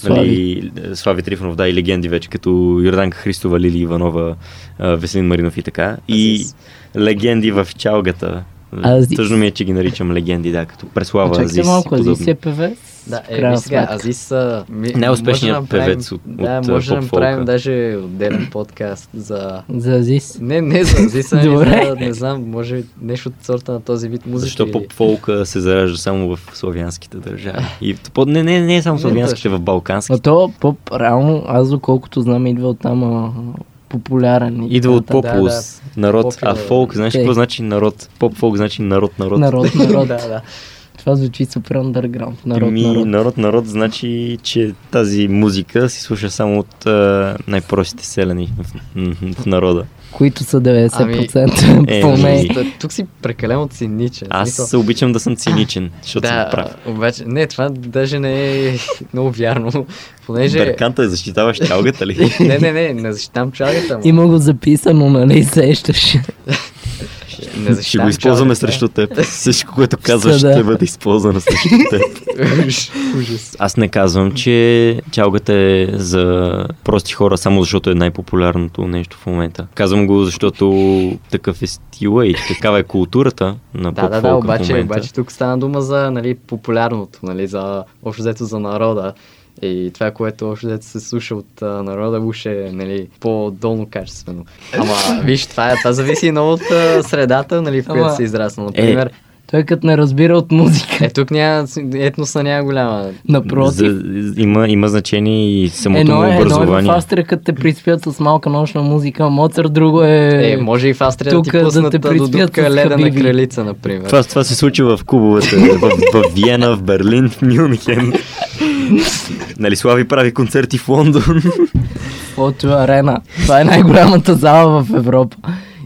Speaker 2: Нали, Слави Трифонов, да, и легенди вече, като Йорданка Христова, Лили Иванова, а, Веселин Маринов и така. И
Speaker 3: Азис.
Speaker 2: легенди в чалгата.
Speaker 4: Азис.
Speaker 2: Тъжно ми е, че ги наричам легенди, да, като Преслава
Speaker 4: Чакайте
Speaker 2: Азис. и
Speaker 4: малко, Азис
Speaker 2: подобни.
Speaker 4: е певец.
Speaker 3: Да,
Speaker 4: в
Speaker 3: е,
Speaker 4: крайна
Speaker 3: ми сега,
Speaker 4: сметка.
Speaker 3: Азис... а, Ми,
Speaker 2: Най-успешният
Speaker 3: може да направим-
Speaker 2: певец от-
Speaker 3: Да,
Speaker 2: от, а,
Speaker 3: може да направим
Speaker 2: поп-фолка.
Speaker 3: даже отделен подкаст за...
Speaker 4: За Азис.
Speaker 3: Не, не за Азис, а
Speaker 4: Добре.
Speaker 3: за, не знам, може би нещо от сорта на този вид музика.
Speaker 2: Защо
Speaker 3: или-
Speaker 2: поп-фолка се заражда само в славянските държави? И по- не, не, не е само
Speaker 3: Не,
Speaker 2: славянските,
Speaker 3: точно.
Speaker 2: в балканските.
Speaker 4: А то поп, реално, аз доколкото знам, идва от там а, популярен. и
Speaker 2: Идва от
Speaker 4: така нататък.
Speaker 2: популус, народ,
Speaker 3: Поп
Speaker 2: а
Speaker 3: идва,
Speaker 2: фолк,
Speaker 3: да.
Speaker 2: знаеш
Speaker 4: Те.
Speaker 2: какво значи народ? Поп-фолк значи народ, народ.
Speaker 4: Народ, народ.
Speaker 3: да, да.
Speaker 4: Това звучи супер underground. Народ,
Speaker 2: Ми,
Speaker 4: народ.
Speaker 2: Ами, народ, народ значи, че тази музика се слуша само от а, най-простите селени в, м, в народа.
Speaker 4: Които
Speaker 3: Ами,
Speaker 4: са 90%
Speaker 2: Ами, е,
Speaker 4: поне.
Speaker 2: Ей.
Speaker 3: Та, Тук си прекалено циничен. в
Speaker 2: Аз
Speaker 3: смисъл-
Speaker 2: се обичам да съм циничен, защото съм прав.
Speaker 3: обаче, не, това даже не е много вярно, понеже...
Speaker 2: Берканта защитаваш чалгата ли?
Speaker 3: не, не, не, не защитам чалгата, му.
Speaker 4: Има го записано, нали, сещаш.
Speaker 3: Не
Speaker 2: Ще го
Speaker 3: защитавам
Speaker 2: използваме
Speaker 3: чалгата.
Speaker 2: срещу теб. Всичко, което казваш,
Speaker 4: Да.
Speaker 2: ще бъде използвано срещу теб.
Speaker 3: Уж- Ужас.
Speaker 2: Аз не казвам, че чалгата е за прости хора, само защото е най-популярното нещо в момента. Казвам го, защото такъв е стила и такава е културата на
Speaker 3: Да,
Speaker 2: поп
Speaker 3: да, да, обаче,
Speaker 2: момента.
Speaker 3: обаче тук стана дума за нали, популярното, нали, за общо взето за народа. И това, което общо взето се слуша от а, народа, уж е нали, по-долно качествено. Ама, виж, това, е, това зависи много от а, средата, нали, в която
Speaker 4: Ама-
Speaker 3: се израснал. Например,
Speaker 4: Той като не разбира от музика.
Speaker 3: е, тук няма, етноса няма голяма
Speaker 4: Напротив.
Speaker 2: За, има, има значение и самото
Speaker 4: Едно
Speaker 2: му
Speaker 4: е, едно е в
Speaker 2: образование.
Speaker 4: Австрия, като те приспят с малка нощна музика, Моцарт, друго е...
Speaker 3: Е, може и в Австрия да ти
Speaker 4: Тук да
Speaker 3: пуснат
Speaker 4: те
Speaker 3: да до
Speaker 4: притвят
Speaker 3: дупка
Speaker 4: с
Speaker 3: леда на
Speaker 4: хабиби.
Speaker 3: кралица, например.
Speaker 2: това, това се случи в клубовете, в, в Виена, в Берлин, в Мюнхен. нали, Слави прави концерти в Лондон.
Speaker 4: Фото арена. Това е най-голямата зала в Европа.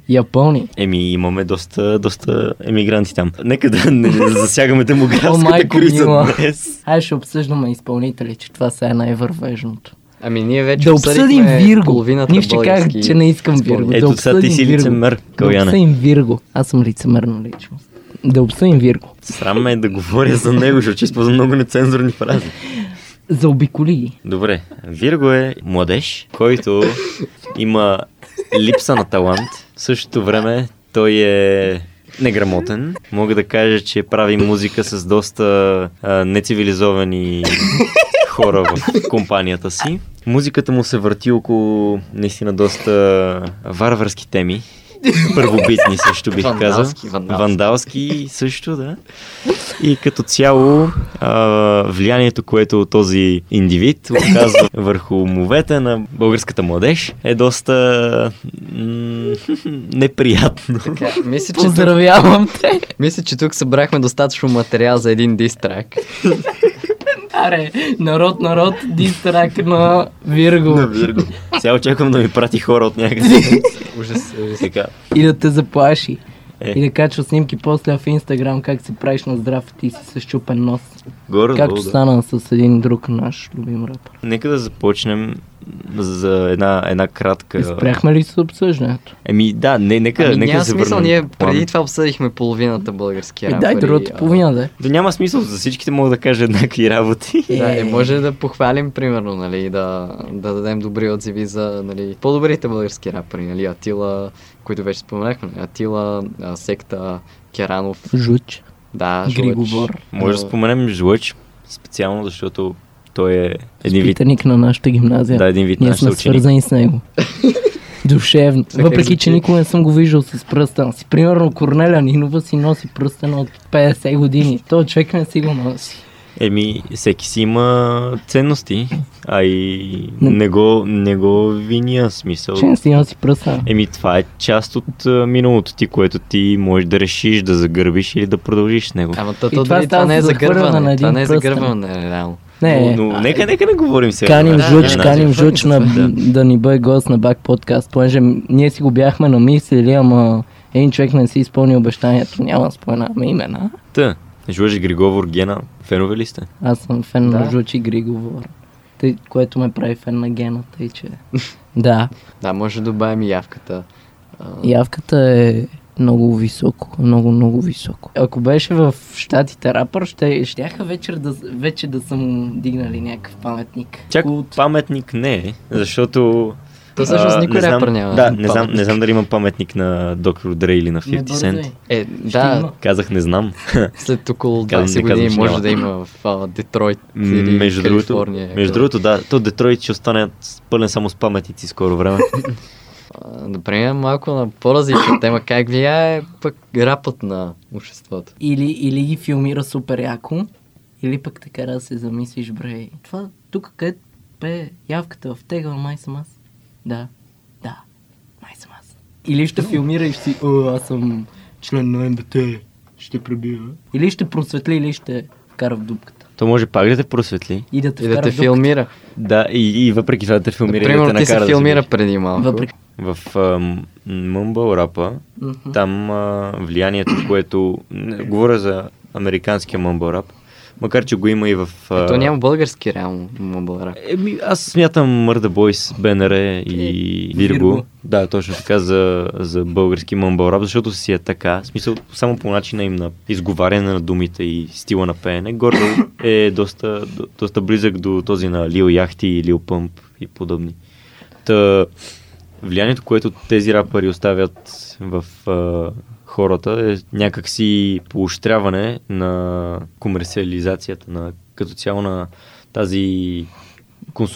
Speaker 4: Япония.
Speaker 2: Еми, имаме доста, доста емигранти там. Нека да не засягаме
Speaker 4: О,
Speaker 2: демографската
Speaker 4: майко
Speaker 2: криза
Speaker 4: мила.
Speaker 2: днес.
Speaker 4: Айде ще обсъждаме изпълнители, че това сега е най-вървежното.
Speaker 3: Ами ние вече
Speaker 4: Да обсъдим
Speaker 3: обсъдихме
Speaker 4: Вирго.
Speaker 3: половината
Speaker 4: Ние ще
Speaker 3: български
Speaker 4: казах, че не искам
Speaker 3: изпълнители.
Speaker 4: Вирго.
Speaker 2: Ето,
Speaker 4: да
Speaker 2: сега ти
Speaker 4: обсъдим
Speaker 2: си
Speaker 4: Вирго.
Speaker 2: лицемер, Каляне.
Speaker 4: Да обсъдим Вирго. Аз съм лицемерна личност. Да обсъдим Вирго.
Speaker 2: Срам ме е да говоря за него, защото ще използвам много нецензурни фрази.
Speaker 4: Заобиколи ги.
Speaker 2: Добре, Вирго е младеж, който има липса на талант. В същото време той е неграмотен. Мога да кажа, че прави музика с доста а, нецивилизовани хора в компанията си. Музиката му се върти около наистина доста варварски теми. Първобитни също бих казал.
Speaker 3: Вандалски, вандалски.
Speaker 2: вандалски също, да. И като цяло а, влиянието, което този индивид оказва върху умовете на българската младеж е доста м- неприятно.
Speaker 3: Така, мисля, че тук,
Speaker 4: Поздравявам те.
Speaker 3: мисля, че тук събрахме достатъчно материал за един дистрак.
Speaker 4: Аре, народ, народ, дистрак на Вирго.
Speaker 2: Вирго. Сега очаквам да ми прати хора от някъде.
Speaker 3: Ужас, ужас.
Speaker 2: така.
Speaker 4: И да те заплаши.
Speaker 2: Е.
Speaker 4: И да качва снимки после в Инстаграм как се правиш на здрав и ти си с щупен нос.
Speaker 2: Горе,
Speaker 4: Както
Speaker 2: долу, да.
Speaker 4: стана с един друг наш любим рапър.
Speaker 2: Нека да започнем за една, една кратка...
Speaker 4: Спряхме ли с обсъждането?
Speaker 2: Еми да, не, нека,
Speaker 3: Ами
Speaker 2: нека
Speaker 3: няма
Speaker 2: се
Speaker 3: смисъл,
Speaker 2: върнем.
Speaker 3: ние
Speaker 2: план.
Speaker 3: преди това обсъдихме половината български
Speaker 4: Е,
Speaker 3: рапъри.
Speaker 4: дай другата
Speaker 3: а,
Speaker 4: половина да е.
Speaker 2: Да няма смисъл, за всичките мога да кажа еднакви работи.
Speaker 3: Да, е, може да похвалим, примерно, нали, и да, да дадем добри отзиви за нали, по-добрите български рапъри, нали, Атила, които вече споменахме, нали, Атила, а, Секта, Керанов,
Speaker 4: Жуч.
Speaker 3: да, Жулич.
Speaker 4: Григовор.
Speaker 2: Може да споменем Жлъч, специално защото той е един вид
Speaker 4: Питаник на нашата гимназия.
Speaker 2: Да, един вид
Speaker 4: Ние
Speaker 2: наш
Speaker 4: сме
Speaker 2: съученик.
Speaker 4: свързани с него. Душевно.
Speaker 3: Така
Speaker 4: Въпреки,
Speaker 3: звучи.
Speaker 4: че никога не съм го виждал с пръстена си. Примерно Корнеля Нинова си носи пръстена от 50 години. Той човек не си го носи.
Speaker 2: Еми, всеки си има ценности, а и не го, не го виния смисъл.
Speaker 4: Че не си носи пръстена.
Speaker 2: Еми, това е част от а, миналото ти, което ти можеш да решиш да загърбиш или да продължиш с него.
Speaker 3: Ама то,
Speaker 4: И
Speaker 3: то,
Speaker 4: това
Speaker 3: дори това
Speaker 4: става
Speaker 3: не е
Speaker 4: за захвърляне на
Speaker 3: загърбване,
Speaker 4: един
Speaker 3: това не е
Speaker 4: пръстен.
Speaker 3: загърбване, реално.
Speaker 4: Не,
Speaker 2: но, но нека, нека не говорим сега.
Speaker 4: Каним
Speaker 2: Да,
Speaker 4: Жуч,
Speaker 2: да,
Speaker 4: каним
Speaker 2: да.
Speaker 4: Жуч на, да ни бъде гост на Бак подкаст. Понеже ние си го бяхме намислили, ама един човек не си изпълни обещанието. Няма да споменаваме имена.
Speaker 2: Та, Жлъж Григовор Гена, фенове ли сте?
Speaker 4: Аз съм фен
Speaker 3: Да.
Speaker 4: на Жуч и Григовор. Тъй, което ме прави фен на гената и че... да,
Speaker 3: Да, може да добавим и явката. А,
Speaker 4: явката е много високо, много, много високо. Ако беше в Штатите рапър, ще, щяха вечер да, вече да са му дигнали някакъв паметник.
Speaker 2: Чак
Speaker 4: Култ.
Speaker 2: паметник не е, защото...
Speaker 3: То всъщност
Speaker 2: а,
Speaker 3: никой
Speaker 2: не знам-
Speaker 3: рапър няма
Speaker 2: Да, не знам,
Speaker 3: паметник.
Speaker 2: не знам дали има паметник на доктор Дре или на 50
Speaker 4: Не
Speaker 2: Cent.
Speaker 4: дойде.
Speaker 3: Е,
Speaker 4: има.
Speaker 3: да,
Speaker 2: Казах не знам.
Speaker 3: след около
Speaker 2: Казвам,
Speaker 3: 20
Speaker 2: не казвам,
Speaker 3: години
Speaker 2: че
Speaker 3: може
Speaker 2: няма.
Speaker 3: да има в а, Детройт
Speaker 2: М,
Speaker 3: или
Speaker 2: между другото,
Speaker 3: Калифорния. е
Speaker 2: между другото, да, то Детройт ще остане с- пълен само с паметници скоро време.
Speaker 3: А, Да преминем малко на по-различна тема. Как влияе пък рапът на обществото?
Speaker 4: Или, или ги филмира супер яко, или пък така да се замислиш, бре. Това тук, където пе явката в тегла, май съм аз. Да, да, май съм аз. Или ще филмираш си, о, аз съм член на МБТ, ще пребива. Или ще просветли, или ще вкара в дупката.
Speaker 2: то може пак да те просветли.
Speaker 4: И да те
Speaker 3: И
Speaker 4: вкара
Speaker 3: да те
Speaker 4: в дупката.
Speaker 3: филмира.
Speaker 2: Да, и, и въпреки това да те филмира и да
Speaker 3: Примерно
Speaker 2: те
Speaker 3: ти
Speaker 2: накара
Speaker 3: се
Speaker 2: да
Speaker 3: филмира
Speaker 2: загубиш.
Speaker 3: преди малко.
Speaker 4: Въпреки...
Speaker 2: В Мъмбъл рапа,
Speaker 4: Мгм.
Speaker 2: там а, влиянието, което... Не, говоря за американския мъмбъл рап, макар че го има и в... а,
Speaker 3: То няма български реално мобил рап.
Speaker 2: Еми, аз смятам Мърда Бойс, БНР и
Speaker 4: Вирго.
Speaker 2: Вирго. Да, точно така за, за български мъмбъл рап, защото си е така. В смисъл, само по начина им на изговаряне на думите и стила на пеене. Гордо е доста, до, доста близък до този на Лил Яхти и Лил Пъмп и подобни. Та, влиянието, което тези рапъри оставят в а, хората е някакси поощряване на комерциализацията, на, като цяло на тази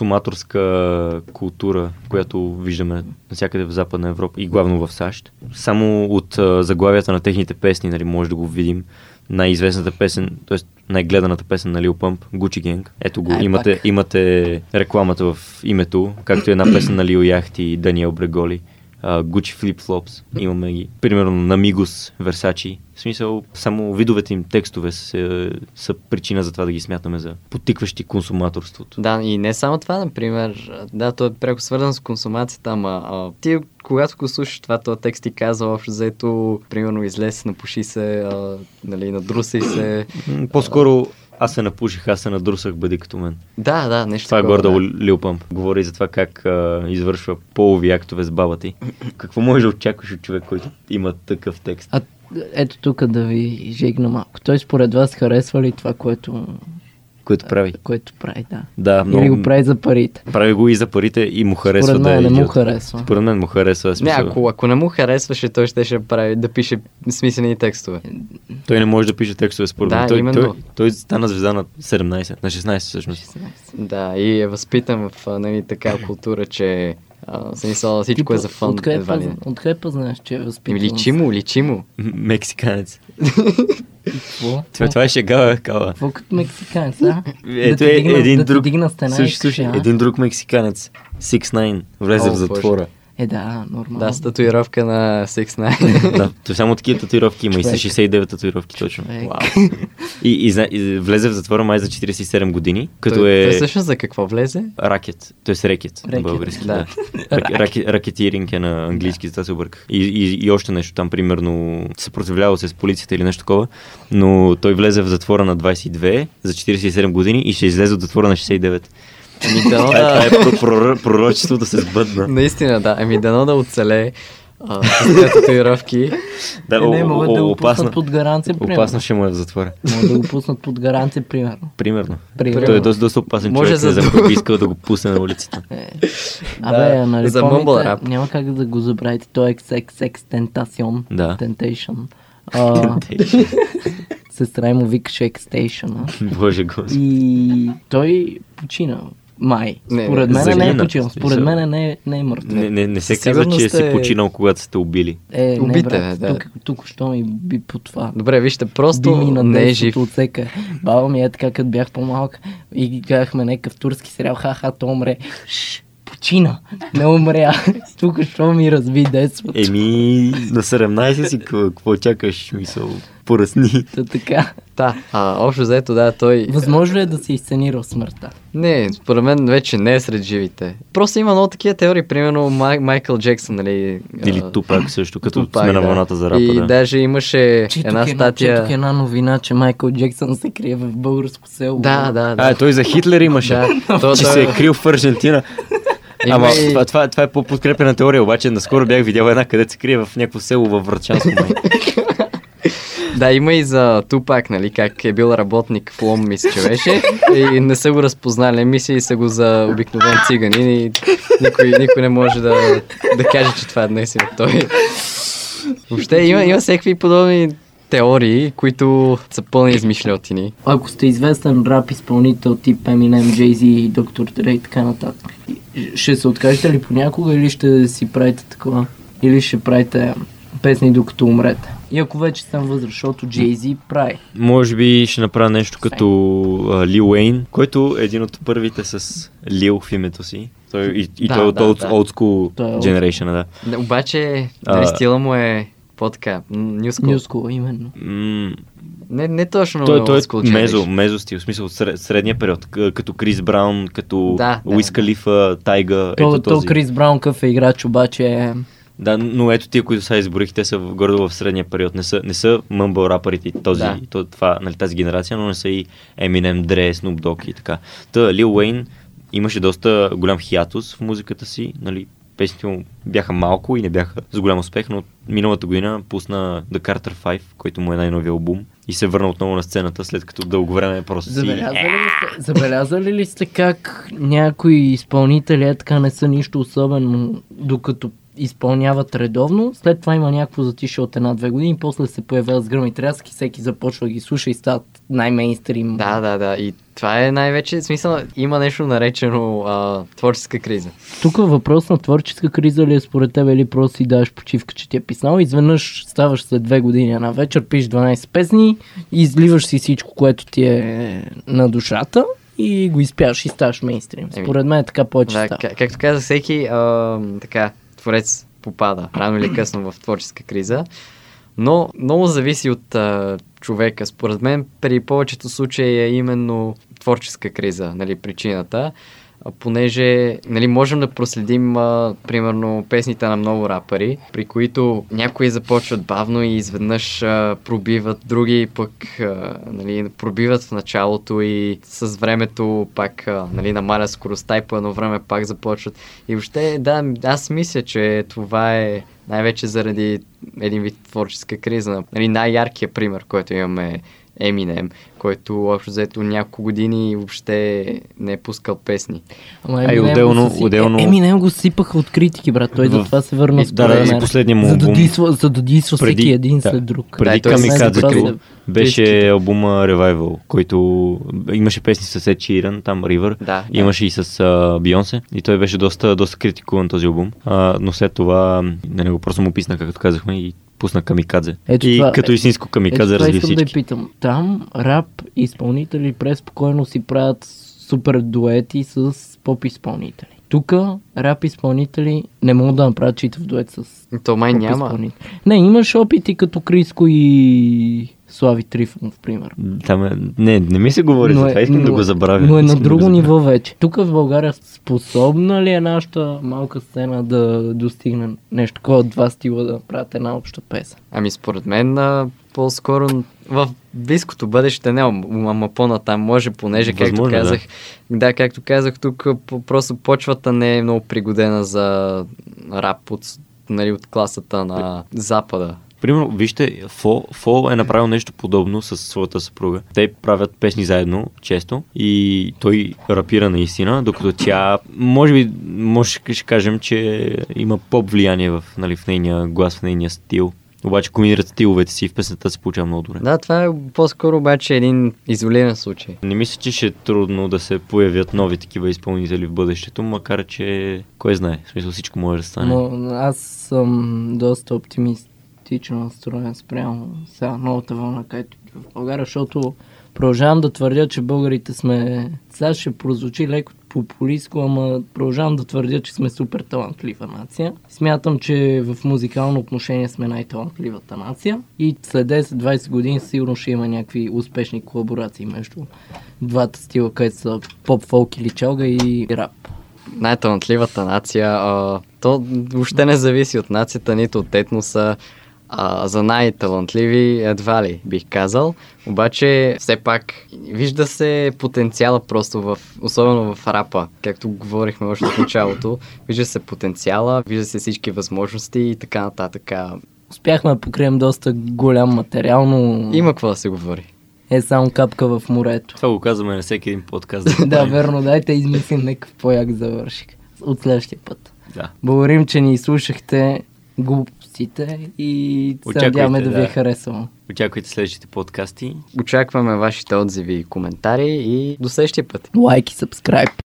Speaker 2: консуматорска култура, която виждаме навсякъде в Западна Европа и главно в САЩ. Само от а, заглавията на техните песни нали, може да го видим. Най-известната песен, т.е. най-гледаната песен на Лил Пъмп, Gucci Gang. Ето го,
Speaker 4: Ай,
Speaker 2: имате,
Speaker 4: пак.
Speaker 2: имате рекламата в името, както и една песен на Лил Яхти и Даниел Бреголи. а, Gucci Flip Flops, имаме ги. Примерно на Мигос, Версачи. В смисъл, само видовете им текстове са, са причина за това да ги смятаме за потикващи консуматорството.
Speaker 3: Да, и не само това, например, да, то е пряко свързано с консумацията, ама а, ти, когато го слушаш това, този текст ти казва общо заето, примерно, излез, напуши се, а, нали, надруси се.
Speaker 2: М, По-скоро аз се напуших, аз се надрусах, бъди като мен.
Speaker 3: Да, да, нещо
Speaker 2: Това е
Speaker 3: такова,
Speaker 2: гордо
Speaker 3: да.
Speaker 2: Лил Пъмп. Говори за това как а, извършва полови актове с баба ти. Какво можеш да очакваш от човек, който има такъв текст?
Speaker 4: А ето тук да ви жегна малко. Той според вас харесва ли това, което,
Speaker 2: Което прави.
Speaker 4: което прави, да.
Speaker 2: Да, много.
Speaker 4: Или го прави за парите.
Speaker 2: прави го и за парите и му харесва
Speaker 4: Според
Speaker 2: да е
Speaker 4: мен не му
Speaker 2: идиот.
Speaker 4: харесва.
Speaker 2: Според мен му харесва.
Speaker 3: Не,
Speaker 2: Смисъл.
Speaker 3: ако, ако не му харесваше, той щеше да прави, да пише смислени текстове.
Speaker 2: Той не може да пише текстове според
Speaker 3: Да,
Speaker 2: мен. Той,
Speaker 3: именно.
Speaker 2: той, той, стана звезда на 17, на 16 всъщност.
Speaker 3: Да, и е възпитан в а, нали, такава култура, че а, в смисъл, всичко е за фън.
Speaker 4: Откъде
Speaker 3: едва ли
Speaker 4: пъз-
Speaker 3: не.
Speaker 4: Откъде познаеш, че е възпитан?
Speaker 3: Еми, Личи му, личи му.
Speaker 2: М- Мексиканец.
Speaker 4: Какво?
Speaker 2: Това, това е шега, бе, кала.
Speaker 4: Какво като мексиканец, а? да
Speaker 2: Ето
Speaker 4: ти
Speaker 2: е
Speaker 4: дигна,
Speaker 2: един
Speaker 4: да ти
Speaker 2: друг.
Speaker 4: дигна стена
Speaker 2: слушай,
Speaker 4: и кажеш,
Speaker 2: слушай,
Speaker 4: а?
Speaker 2: един друг мексиканец. 6-9 влезе
Speaker 3: О,
Speaker 2: в
Speaker 3: Боже.
Speaker 2: затвора.
Speaker 4: Е, да, нормално.
Speaker 3: Да, с татуировка на 6
Speaker 2: да, то само такива татуировки има и са
Speaker 4: Човек.
Speaker 2: 69 татуировки точно.
Speaker 4: Човек.
Speaker 2: Вау. И, и, зна- и влезе в затвора май за 47 години, като
Speaker 3: Той- той
Speaker 2: е
Speaker 3: Всъщност за какво влезе?
Speaker 2: ракет, т.е. рекет на
Speaker 4: Рекет,
Speaker 2: български.
Speaker 3: да.
Speaker 2: Да. Рак- раке- Ракетиринг е на английски, за това се обърках. И, и, и още нещо там, примерно, съпротивлявал се с полицията или нещо такова, но той влезе в затвора на 22 за 47 години и ще излезе от затвора на 69.
Speaker 3: Ами дано
Speaker 2: Това е, това е
Speaker 3: да...
Speaker 2: про- прор- пророчество да се сбъдна.
Speaker 4: Е,
Speaker 3: Наистина, да. Ами дано да оцелее а, с тези татуировки.
Speaker 2: Да,
Speaker 4: Е, не, могат да го
Speaker 2: опасно,
Speaker 4: пуснат под гаранция, примерно.
Speaker 2: опасно ще му е в затвора.
Speaker 4: Може да го пуснат под гаранция, примерно.
Speaker 2: Примерно.
Speaker 4: Примерно.
Speaker 2: Той е доста, доста опасен
Speaker 3: Може
Speaker 2: Може
Speaker 3: за
Speaker 2: човек, за... не знам
Speaker 3: друг.
Speaker 2: кой би искал да го пусне на улицата.
Speaker 4: Абе, нали
Speaker 3: за
Speaker 4: помните,
Speaker 3: Mumble Rap.
Speaker 4: няма как да го забравите. Той е XXX Tentacion.
Speaker 2: Да.
Speaker 4: Tentation. А, сестра й му викаше X-Station. а.
Speaker 2: Боже господи.
Speaker 4: И той почина. Май.
Speaker 3: Не,
Speaker 4: Според
Speaker 3: не,
Speaker 4: мен не е
Speaker 2: загина.
Speaker 4: починал. Според
Speaker 2: Мисъл.
Speaker 4: мен не, е- не е мъртв.
Speaker 2: Не, не, не се
Speaker 3: Със
Speaker 2: казва, че
Speaker 3: сигурност
Speaker 2: си
Speaker 3: е-
Speaker 2: починал, когато сте убили.
Speaker 4: Е, не,
Speaker 3: Убите,
Speaker 4: брат,
Speaker 3: да.
Speaker 4: тук, тук, що ми би по това.
Speaker 3: Добре, вижте,
Speaker 4: Просто
Speaker 3: просто
Speaker 4: ми на
Speaker 3: не е жив.
Speaker 4: Отсека. Баба ми е така, като бях по-малък и ги гледахме някакъв турски сериал. Ха-ха, то умре. Шш, почина. Не умря. тук, що ми разби детството.
Speaker 2: Еми, на 17 си, какво- какво чакаш, мисъл, поръсни.
Speaker 4: Та така.
Speaker 3: Да, а, общо заето, да, той...
Speaker 4: Възможно ли е да си изценирал смъртта.
Speaker 3: Не, според мен вече не е сред живите. Просто има много такива теории, примерно Май- Майкъл Джексън, нали... а,
Speaker 2: Или Тупак също, като
Speaker 3: Тупак,
Speaker 2: сме на
Speaker 3: да.
Speaker 2: вълната за рапа,
Speaker 3: И
Speaker 2: да.
Speaker 3: даже имаше
Speaker 4: Четох
Speaker 3: една статия...
Speaker 4: Четох една новина, че Майкъл Джексън се крие в българско село.
Speaker 3: Да, да, да.
Speaker 2: А, той за Хитлер имаше.
Speaker 3: Да, то-
Speaker 2: че
Speaker 3: той-
Speaker 2: се е крил в Аржентина. Ама това, това, това е по-подкрепена теория, обаче наскоро бях видял една, където се крие в някакво село във Врачанско. май.
Speaker 3: Да, има и за Тупак, нали, как е бил работник в Лом, мисля, че беше. И не са го разпознали, мисля, и са го за обикновен циганин. И никой, никой не може да, да каже, че това е днес или той. Въобще има, има всякакви подобни теории, които са пълни измишлетини.
Speaker 4: Ако сте известен рап изпълнител тип Eminem, Jay-Z, Dr. Dre и така нататък, ще се откажете ли понякога или ще си правите такова? Или ще правите песни докато умрете? И ако вече съм възраст, защото Jay-Z прави.
Speaker 2: Може би ще направя нещо като а, Лил Уейн, който е един от първите с Лил в името си. Той, и, и
Speaker 3: Да,
Speaker 2: той е от
Speaker 3: да,
Speaker 2: old,
Speaker 3: да.
Speaker 2: old school
Speaker 4: Той е old-
Speaker 2: generation, да.
Speaker 3: Да, Обаче,
Speaker 2: А.
Speaker 3: нали, стила му е по-така, нюскул.
Speaker 4: Нюско, именно.
Speaker 2: М,
Speaker 3: Не, не точно
Speaker 2: той, той
Speaker 3: old
Speaker 2: е
Speaker 3: school
Speaker 2: мезо,
Speaker 3: generation.
Speaker 2: мезо стил, в смисъл от сред- средния период, к- като Крис Браун, като
Speaker 3: Да, да, е
Speaker 2: Уис
Speaker 3: да.
Speaker 2: Калифа, Тайга,
Speaker 4: То,
Speaker 2: ето
Speaker 4: то
Speaker 2: този.
Speaker 4: Крис Браун къв е играч, обаче е...
Speaker 2: Да, но ето тия, които сега изборих, те са в, гордо в средния период. Не са, не са мъмбъл рапърите и този,
Speaker 3: Да.
Speaker 2: да. то, това, нали, тази генерация, но не са и Eminem, Dre, Snoop Dogg и така. Та, Лил Уейн имаше доста голям хиатус в музиката си, нали, песните му бяха малко и не бяха с голям успех, но миналата година пусна The Carter 5, който му е най-новия албум и се върна отново на сцената, след като дълго време просто си...
Speaker 4: Забелязали ли,
Speaker 3: е.
Speaker 4: сте, забелязали ли сте как някои изпълнители е така не са нищо особено, докато изпълняват редовно, след това има някакво затише от една-две години, после се появяват с гръм и тряски, всеки започва да ги слуша и стават най-мейнстрим.
Speaker 3: Да, да, да. И това е най-вече, в смисъл, има нещо наречено а, творческа криза.
Speaker 4: Тук въпрос на творческа криза ли е според тебе или просто си даваш почивка, че ти е писал. Изведнъж ставаш след две години една вечер, пишеш 12 песни, изливаш си всичко, което ти е на душата и го изпяваш и ставаш мейнстрим.
Speaker 3: Еми,
Speaker 4: Според мен е така повече
Speaker 3: Да,
Speaker 4: става.
Speaker 3: как, както каза, всеки а, така, творец попада рано или късно в творческа криза, но много зависи от а, човека. Според мен при повечето случаи е именно творческа криза, нали, причината. а, Понеже нали, можем да проследим а, примерно песните на много рапъри, при които някои започват бавно и изведнъж а, пробиват, други пък а, нали, пробиват в началото и с времето пак а, нали, намаля скоростта и по едно време пак започват. И въобще, да, аз мисля, че това е най-вече заради един вид творческа криза. Нали, най-яркият пример, който имаме е Eminem, който общо взето няколко години въобще не е пускал песни.
Speaker 4: Ама
Speaker 2: А и
Speaker 4: Eminem
Speaker 2: отделно-
Speaker 4: го си-
Speaker 2: отделно-
Speaker 4: Е, Eminem го сипаха от критики, брат. Той
Speaker 2: В- е,
Speaker 4: затова се върна
Speaker 2: Да,
Speaker 4: според
Speaker 2: да,
Speaker 4: мен.
Speaker 2: и последния му
Speaker 4: За да
Speaker 2: албум.
Speaker 4: дисва, за да дисва всеки един
Speaker 2: да,
Speaker 4: след друг.
Speaker 3: Да, и
Speaker 2: Преди
Speaker 3: той се
Speaker 4: запазва.
Speaker 2: камикадзето
Speaker 3: Близките.
Speaker 2: беше албума Revival, който имаше песни с Ed Sheeran, там River,
Speaker 3: Да, да.
Speaker 2: имаше и с а, Бионсе и той беше доста, доста критикуван този албум, а, но след това на него просто му писна, както казахме, и пусна камикадзе.
Speaker 4: Ето
Speaker 2: и
Speaker 4: това- е,
Speaker 2: като истинско камикадзе
Speaker 4: Ето това
Speaker 2: разби
Speaker 4: искам да я
Speaker 2: всички.
Speaker 4: питам. Там рап изпълнители преспокойно си правят супер дуети с поп изпълнители. Тук рап изпълнители не могат да направят читав дует с
Speaker 3: То май
Speaker 4: поп
Speaker 3: Е, няма.
Speaker 4: изпълнители. Не, имаш опити като Криско и Слави Трифонов, пример.
Speaker 2: Там е... Не, не ми се говори за това, искам да го забравя.
Speaker 4: е- Но е на
Speaker 2: искам да го
Speaker 4: друго
Speaker 2: забравя.
Speaker 4: ниво вече. Тук в България способна ли е нашата малка сцена да достигне нещо такова от два стила да правят една обща песен?
Speaker 3: Ами според мен а, по-скоро в близкото бъдеще не, ам- ама по-натам може, понеже, както
Speaker 2: Възможно, е, да.
Speaker 3: казах, да. както казах, тук по- просто почвата не е много пригодена за рап от, нали, от класата на Запада.
Speaker 2: Примерно, вижте, Фо, Фо е направил нещо подобно с своята съпруга. Те правят песни заедно, често, и той рапира наистина, докато тя, може би, може ще кажем, че има поп влияние в, нали, в нейния глас, в нейния стил. Обаче комбинират стиловете си и в песента се получава много добре.
Speaker 3: Да, това е по-скоро обаче един изолиран случай.
Speaker 2: Не мисля, че ще е трудно да се появят нови такива изпълнители в бъдещето, макар че, кой знае, в смисъл всичко може да стане.
Speaker 4: Но аз съм доста оптимистично настроен спрямо сега новата вълна, където идва в България, защото продължавам да твърдя, че българите сме... Сега ще прозвучи леко популистко, ама продължавам да твърдя, че сме супер талантлива нация. Смятам, че в музикално отношение сме най-талантливата нация и след 10-20 години сигурно ще има някакви успешни колаборации между двата стила, където са поп-фолк или чалга и рап.
Speaker 3: най-талантливата нация. А, то въобще не зависи от нацията, нито от етноса. А, за най-талантливи едва ли бих казал. Обаче все пак вижда се потенциала просто в, особено в рапа, както говорихме още в началото. Вижда се потенциала, вижда се всички възможности и така нататък.
Speaker 4: Успяхме да покрием доста голям материал, но
Speaker 3: Има какво да се говори.
Speaker 4: е само капка в морето.
Speaker 2: Това го казваме на всеки един подкаст. Нали?
Speaker 4: да, верно, дайте измислим някакъв по-як завършик от следващия път.
Speaker 2: Да.
Speaker 4: Благодарим, че ни слушахте глупостите и се
Speaker 2: Очаквайте,
Speaker 4: надяваме да ви е
Speaker 2: да.
Speaker 4: харесало.
Speaker 2: Очаквайте следващите подкасти.
Speaker 3: Очакваме вашите отзиви и коментари и до следващия път.
Speaker 4: Лайк и сабскрайб.